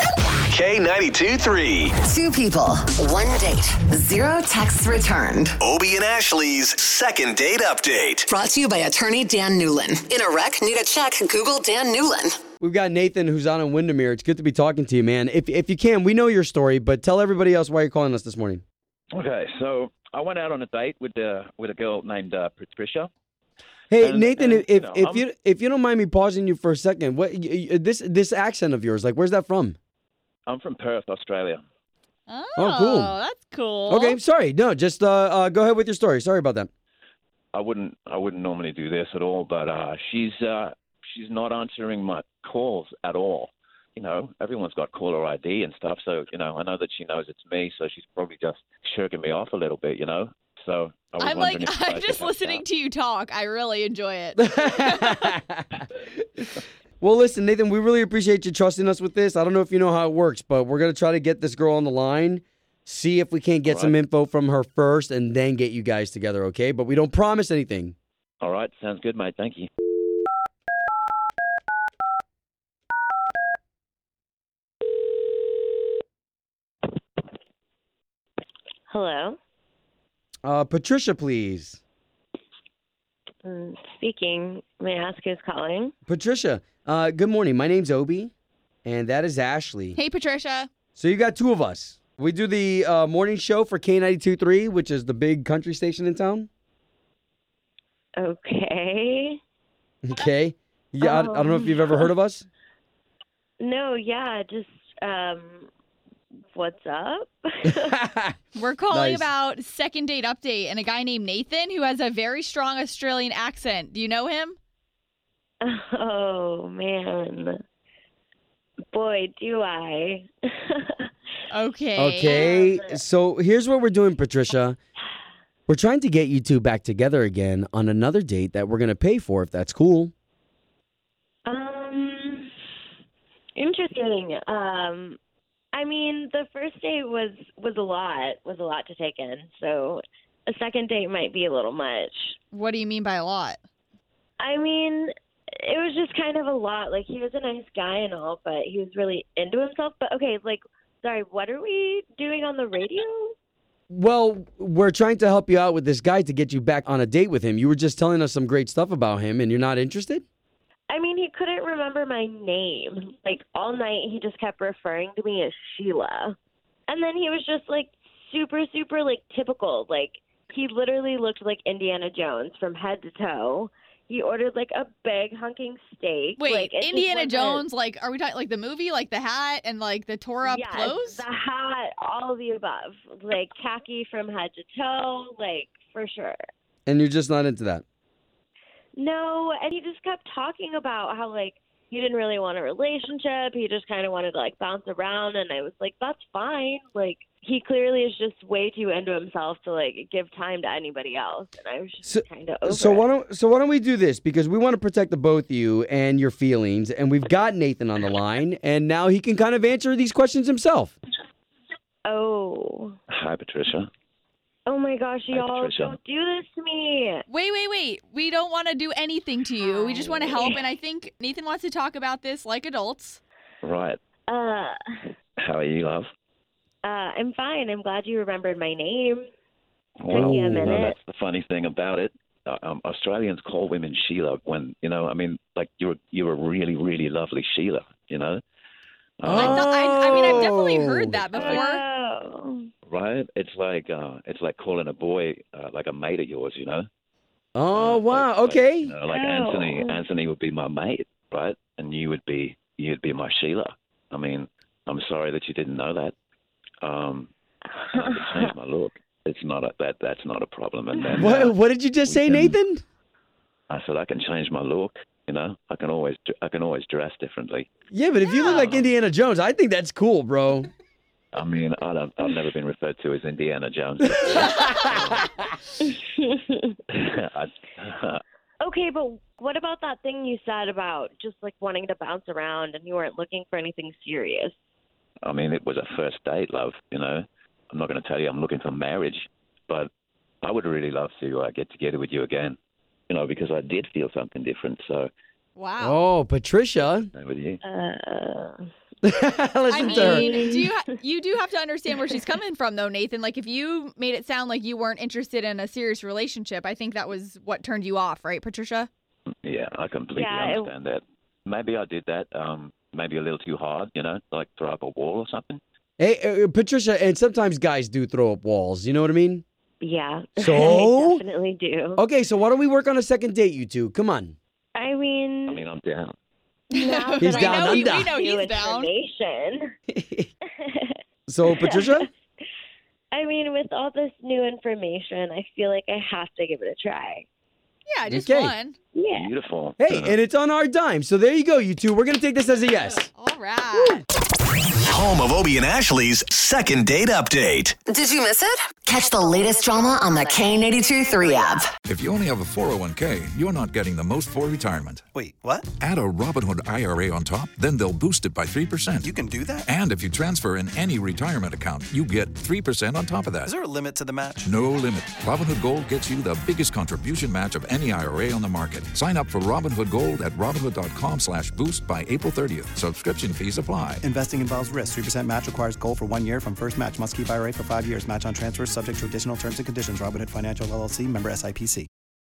K92 3. Two people, one date, zero texts returned. Obie and Ashley's second date update. Brought to you by attorney Dan Newlin. In a wreck, need a check, Google Dan Newlin. We've got Nathan who's on in Windermere. It's good to be talking to you, man. If, if you can, we know your story, but tell everybody else why you're calling us this morning. Okay, so I went out on a date with uh, with a girl named uh, Patricia. Hey, And- Nathan, and, if, you know, if I'm- you if you don't mind me pausing you for a second, what y- y- this this accent of yours, like, where's that from? I'm from Perth, Australia. Oh, cool. That's cool. Okay, sorry, no, just uh, uh, go ahead with your story. Sorry about that. I wouldn't I wouldn't normally do this at all, but uh, she's uh, she's not answering my calls at all. You know, everyone's got caller ID and stuff, so you know I know that she knows it's me, so she's probably just shirking me off a little bit. You know, so I was I'm like, wondering if you I'm guys just could help listening out. to you talk. I really enjoy it. well, listen, Nathan, we really appreciate you trusting us with this. I don't know if you know how it works, but we're gonna try to get this girl on the line, see if we can't get All some right. info from her first, and then get you guys together. Okay, but we don't promise anything. All right, sounds good, mate. Thank you. Hello. Uh, Patricia, please. Um, speaking. May I ask who's calling? Patricia, uh, good morning. My name's Obi, and that is Ashley. hey, Patricia. So you got two of us. We do the uh, morning show for K92.3, which is the big country station in town. Okay. Okay. Yeah, I, I don't know if you've ever heard of us. No, yeah, just um what's up? We're calling Nice. about second date update and a guy named Nathan who has a very strong Australian accent. Do you know him? oh man. Boy, do I. Okay. Okay. So here's what we're doing, Patricia. We're trying to get you two back together again on another date that we're going to pay for if that's cool. um interesting. Um I mean, the first date was was a lot, was a lot to take in. So, a second date might be a little much. What do you mean by a lot? I mean, it was just kind of a lot. Like he was a nice guy and all, but he was really into himself. But okay, like sorry, what are we doing on the radio? Well, we're trying to help you out with this guy to get you back on a date with him. You were just telling us some great stuff about him and you're not interested? I mean, he couldn't remember my name. Like all night he just kept referring to me as Sheila. And then he was just like super super like typical. Like he literally looked like Indiana Jones from head to toe. He ordered like a big hunking steak. Wait, like, it just Indiana wasn't- Jones, like, are we talking like the movie, like the hat and like the tore up yes, clothes? The hat, all of the above. Like khaki from head to toe, like for sure. And you're just not into that. No, and he just kept talking about how like he didn't really want a relationship. He just kind of wanted to like bounce around and I was like, that's fine. Like he clearly is just way too into himself to like give time to anybody else and I was just So- kind of over So it. why don't so why don't we do this because we want to protect the both of you and your feelings and we've got Nathan on the line and now he can kind of answer these questions himself. Oh. Hi, Patricia. Oh my gosh, Hi, y'all Patricia. don't do this to me. Wait, wait, wait. We don't want to do anything to you. We just want to help. And I think Nathan wants to talk about this like adults. Right, Uh, how are you, love? uh I'm fine. I'm glad you remembered my name. Well, you a you know, minute. that's the funny thing about it. Uh, Um, Australians call women Sheila when you know. I mean, like you're you're a really really lovely Sheila. You know, I, Uh, thought, I, I mean, I've definitely Oh. heard that before. Oh. right? It's like uh, it's like calling a boy uh, like a mate of yours. You know. Oh Uh, wow, like- Like, okay. you know, like Oh. Anthony, Anthony would be my mate, right? And you would be you'd be my Sheila. I mean, I'm sorry that you didn't know that. Um, I had to change my look. It's not a, that that's not a problem. And then uh, What what did you just We say, can- Nathan? I said I can change my look. You know, I can always I can always dress differently. Yeah, but if you look like Indiana Jones, I think that's cool, bro. I mean, I don't, I've never been referred to as Indiana Jones. I- Okay, but what about that thing you said about just like wanting to bounce around and you weren't looking for anything serious? I mean, it was a first date, love. You know, I'm not going to tell you I'm looking for marriage, but I would really love to uh, get together with you again. You know, because I did feel something different. So Wow. Oh, Patricia. uh, with you, Uh, I Listen to her. mean, do you ha- you do have to understand where she's coming from, though, Nathan. Like, if you made it sound like you weren't interested in a serious relationship, I think that was what turned you off, right, Patricia? yeah, I completely Yeah, it- understand that. Maybe I did that. Um, maybe a little too hard. You know, like throw up a wall or something. Hey, uh, Patricia, and sometimes guys do throw up walls. You know what I mean? yeah. So? I definitely do. Okay, so why don't we work on a second date, you two? Come on. I mean, I mean, I'm down. now He's that I down know under. you We know have new he's down. information. So, Patricia, I mean, with all this new information, I feel like I have to give it a try. Yeah, just Okay. one. Yeah. Beautiful. hey, Uh, and it's on our dime. So there you go, you two. We're gonna take this as a yes. All right. Home of Obie and Ashley's second date update. Did you miss it? Catch the latest drama on the K82 3 app. If you only have a 401k, you're not getting the most for retirement. Wait, what? Add a Robinhood IRA on top, then they'll boost it by 3%. You can do that? and if you transfer in any retirement account, you get 3% on top of Is that. there a limit to the match? No limit. Robinhood Gold gets you the biggest contribution match of any IRA on the market. Sign up for Robinhood Gold at Robinhood.com slash boost by April 30th. Subscription fees apply. Investing involves risk. 3% match requires gold for one year from first match. Must keep IRA for five years. Match on transfers subject to additional terms and conditions. Robinhood Financial LLC member SIPC.